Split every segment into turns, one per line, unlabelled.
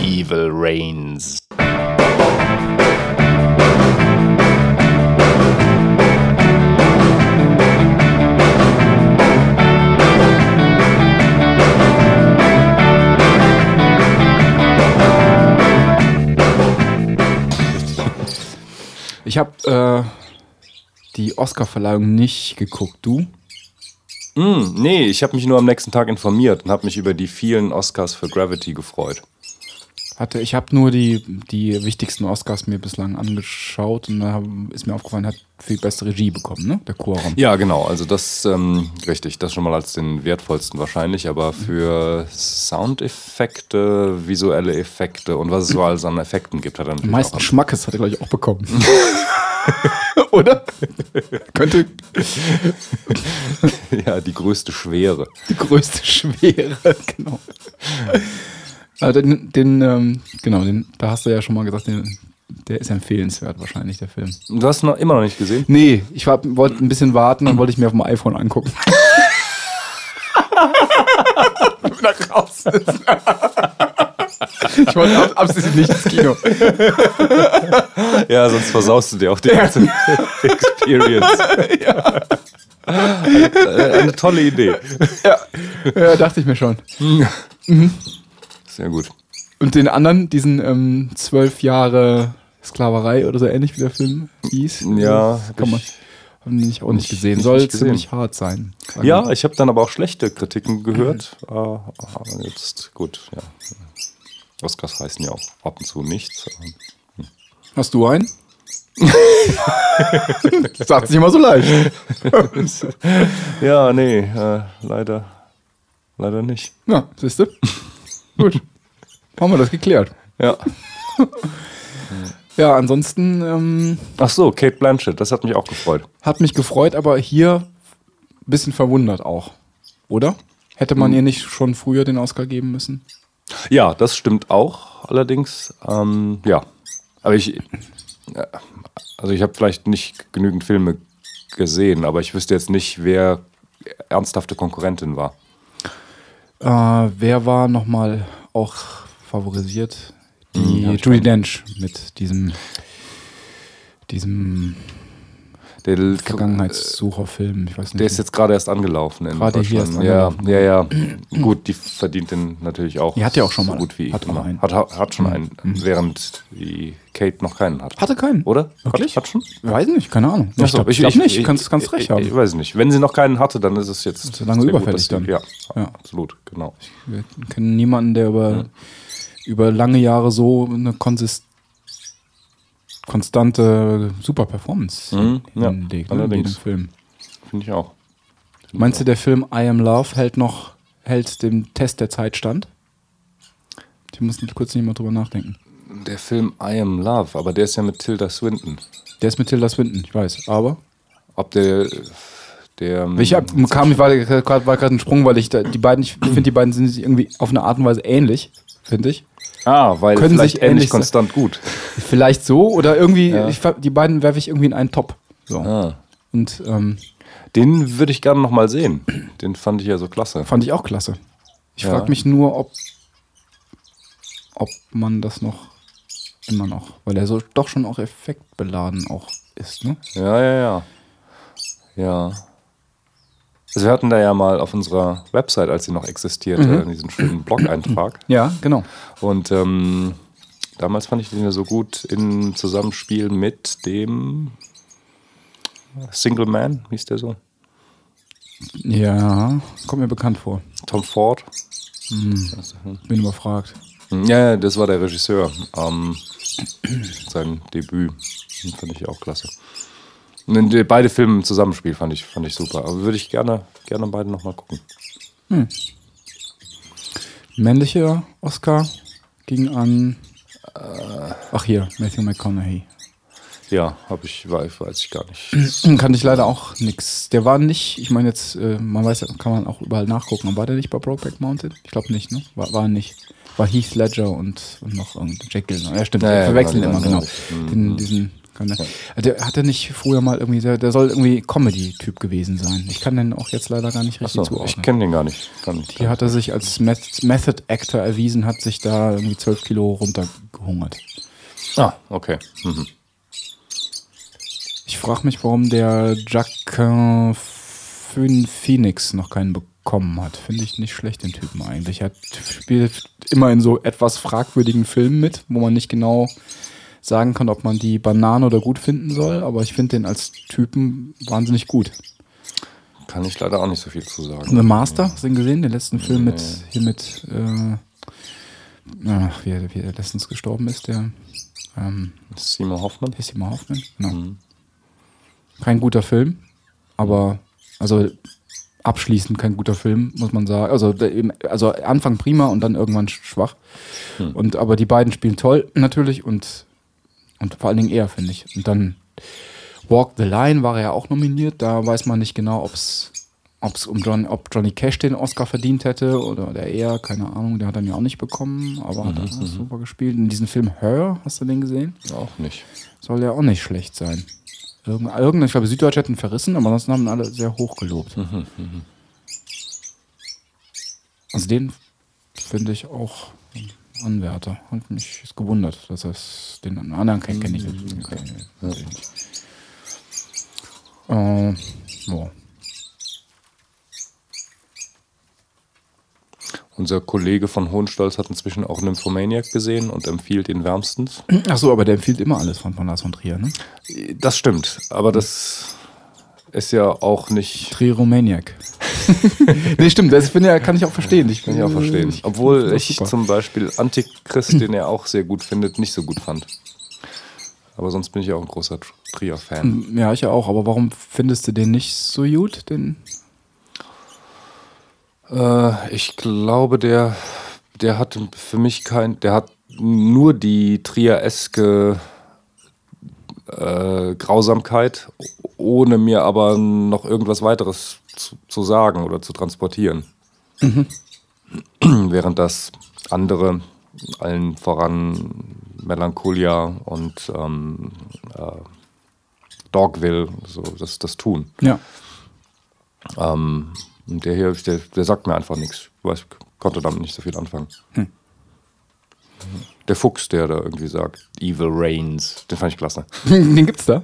Evil Reigns.
Ich habe äh, die Oscar-Verleihung nicht geguckt. Du?
Hm, nee, ich habe mich nur am nächsten Tag informiert und habe mich über die vielen Oscars für Gravity gefreut.
Hatte, ich habe nur die, die wichtigsten Oscars mir bislang angeschaut und da hab- ist mir aufgefallen, hat viel bessere Regie bekommen, ne? Der Quorum.
Ja, genau. Also das ähm, richtig, das schon mal als den wertvollsten wahrscheinlich, aber für Soundeffekte, visuelle Effekte und was es so alles an Effekten gibt, hat er
Am
natürlich
meisten
auch.
Schmackes hat er, glaube ich, auch bekommen. Oder? Könnte
Ja, die größte Schwere.
die größte Schwere, genau. Aber den, den ähm, genau, den, da hast du ja schon mal gesagt, den, der ist empfehlenswert wahrscheinlich, der Film.
Du hast noch immer noch nicht gesehen?
Nee, ich hab- wollte ein bisschen warten, dann wollte ich mir auf dem iPhone angucken. Nach raus. ich wollte ab- absichtlich nicht ins Kino.
Ja, sonst versaust du dir auch die ganze Experience. Eine, äh, eine tolle Idee.
Ja, dachte ich mir schon.
Sehr gut.
Und den anderen, diesen ähm, zwölf Jahre Sklaverei oder so ähnlich wie der Film hieß.
Ja, hab
kann man.
ich-
Haben die nicht auch nicht
Nicht-
gesehen.
nicht-
Soll
nicht gesehen.
ziemlich hart sein. Sagen
Ja, ich habe dann aber auch schlechte Kritiken gehört. Äh, aber jetzt gut, ja. Oscars heißen ja auch ab und zu nichts.
wir. Hast du einen? das sagt sich immer so leicht.
Ja, nee, äh, leider, leider nicht.
Na, siehst du? Gut. Haben wir das geklärt.
Ja.
Ja, ansonsten ähm,
Ach so, Kate Blanchett, das hat mich auch gefreut.
hat mich gefreut, aber hier ein bisschen verwundert auch. Oder? Hätte man ihr nicht schon früher den Oscar geben müssen?
Ja, das stimmt auch, allerdings. Ähm, ja, aber ich, äh, also ich habe vielleicht nicht genügend Filme gesehen, aber ich wüsste jetzt nicht, wer ernsthafte Konkurrentin war.
Äh, wer war nochmal auch favorisiert? Die
hab ich
Judy Dench mit diesem, diesem
Der,
Vergangenheitssucherfilm. Ich weiß nicht.
der ist jetzt gerade erst angelaufen in
Gerade hier
Deutschland.
erst
ja, ja, ja. Gut, die verdient den natürlich auch.
Die hat ja auch schon
so
mal-
gut wie ich.
hat auch
immer.
einen. Mhm.
Hat, hat, hat schon einen, während die Kate noch keinen hat.
hatte keinen.
Oder?
Wirklich?
Hat, hat schon?
Weiß nicht, keine Ahnung.
Ach
ich
so,
glaube glaub nicht. Ich, kannst, kannst recht
ich,
haben.
Ich weiß nicht. Wenn sie noch keinen hatte, dann ist es jetzt.
ja lange
sehr
überfällig
dass
dann.
sie- Ja,
Ja.
absolut, genau.
Wir kennen niemanden, der über, über lange Jahre so eine konsist konstante super Performance
Mhm, ja,
hinlegt ne, in
allerdings.
jedem Film.
Finde ich auch.
Meinst du, der Film I Am Love hält noch, hält dem Test der Zeit stand? Ich muss kurz nicht mal drüber nachdenken.
Der Film I Am Love, aber der ist ja mit Tilda Swinton.
Der ist mit Tilda Swinton, ich weiß, aber.
Ob der. der ähm,
Ich hab, kam, ich war gerade war grad ein Sprung, weil ich da, die beiden, ich finde, die beiden sind sich irgendwie auf eine Art und Weise ähnlich, finde ich.
ah, weil
können
vielleicht
sich
ähnlich
ähnlich sein.
konstant gut.
Vielleicht so oder irgendwie, ich, ver- die beiden werfe ich irgendwie in einen Top. So.
Ah.
Und ähm,
Den würde ich gerne nochmal sehen. Den fand ich ja so klasse.
fand ich auch klasse. Ich
Ja.
frage mich nur, ob, ob man das noch immer noch, weil er so doch schon auch effektbeladen auch ist, ne?
Ja, ja, ja. Ja. Also wir hatten da ja mal auf unserer Website, als sie noch existierte, diesen schönen Blog-Eintrag.
Ja, genau.
Und ähm, damals fand ich den ja so gut im Zusammenspiel mit dem Single Man, hieß der so?
Ja, kommt mir bekannt vor.
Tom Ford.
Bin überfragt.
Ja, ja, das war der Regisseur. Ähm, sein Debüt. Den fand ich auch klasse. Und die- Beide Filme im Zusammenspiel fand ich, fand ich super. Aber würde ich gerne, gerne beide nochmal gucken.
Männlicher Oscar ging an. äh, Ach hier, Matthew McConaughey.
Ja, habe ich, weiß, weiß ich gar nicht.
Hm, Kann ich leider auch nix. Der war nicht, ich meine jetzt, äh, man weiß, ja, kann man auch überall nachgucken. Aber War der nicht bei Brokeback Mountain? Ich glaube nicht, ne? War, war nicht. War Heath Ledger und, und noch irgendein Jack Gillen. Ja, stimmt,
Ja,
wir
ja,
verwechseln
genau,
immer,
genau.
genau. Den, diesen kann. Ne? Der hat er nicht früher mal irgendwie, der, der soll irgendwie Comedy-Typ gewesen sein. Ich kann den auch jetzt leider gar nicht richtig
So,
zuordnen.
ich kenne den gar nicht. Gar nicht.
Hier hat er sich als Meth- Method Actor erwiesen, hat sich da irgendwie 12 Kilo runtergehungert.
Ah, okay. Mhm.
Ich frage mich, warum der Jacquin Phoenix noch keinen bekommen hat. Finde ich nicht schlecht, den Typen eigentlich. Er hat- spielt immer in so etwas fragwürdigen Filmen mit, wo man nicht genau sagen kann, ob man die Banane oder gut finden soll, aber ich finde den als Typen wahnsinnig gut.
Kann ich leider auch nicht so viel zu sagen.
The Master, hast du den gesehen? Den letzten Film mit, hier mit, äh, ach, wie, er- wie er letztens gestorben ist, der, ähm,
Simon Hoffmann?
Ist immer Hoffman? Genau. Kein guter Film, aber also abschließend kein guter Film, muss man sagen. Also, der eben- also Anfang prima und dann irgendwann sch- schwach. Und aber die beiden spielen toll natürlich und, und vor allen Dingen er, finde ich. Und dann Walk the Line war er ja auch nominiert. Da weiß man nicht genau, ob's, ob's um John, ob Johnny Cash den Oscar verdient hätte oder der er, keine Ahnung, der hat dann ja auch nicht bekommen, aber hat auch super gespielt. In diesem Film Her, hast du den gesehen?
Auch nicht.
Soll ja auch nicht schlecht sein. Irgend- Irgendein, ich glaube, Süddeutsche hätten verrissen, aber ansonsten haben alle sehr hoch gelobt. Also den finde ich auch ein Anwärter. Hat mich jetzt gewundert, dass es den anderen kennt, kenne ich
Mhm.
nicht. Äh, ja.
Unser Kollege von Hohenstolz hat inzwischen auch Nymphomaniac gesehen und empfiehlt ihn wärmstens.
Ach so, aber der empfiehlt immer alles von, von Lars von Trier, ne?
Das stimmt, aber das ist ja auch nicht.
Triromaniac. nee, stimmt, das finde ich- kann ich auch verstehen. Ich
Kann ich auch verstehen. Obwohl ich zum Beispiel Antichrist, den er auch sehr gut findet, nicht so gut fand. Aber sonst bin ich auch ein großer Tr- Trier-Fan.
Ja, ich ja auch, aber warum findest du den nicht so gut? Den
Äh, ich glaube, der, der hat für mich kein. Der hat nur die Trier-eske äh, Grausamkeit, ohne mir aber noch irgendwas weiteres zu, zu sagen oder zu transportieren. Während das andere, allen voran Melancholia und ähm, äh, Dogville, so das, das tun.
ja.
Ähm, und der hier, der, der sagt mir einfach nichts. Ich weiß, konnte damit nicht so viel anfangen. Der Fuchs, der da irgendwie sagt, Evil Reigns, den fand ich klasse.
den gibt's da.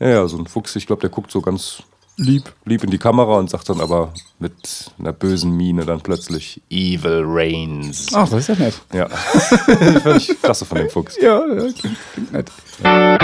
Ja, ja, so ein Fuchs, ich glaube, der guckt so ganz
Lieb.
lieb in die Kamera und sagt dann aber mit einer bösen Miene dann plötzlich Evil Reigns.
Ach, das ist ja nett.
Ja, fand ich klasse von dem Fuchs.
Ja, ja klingt, klingt nett.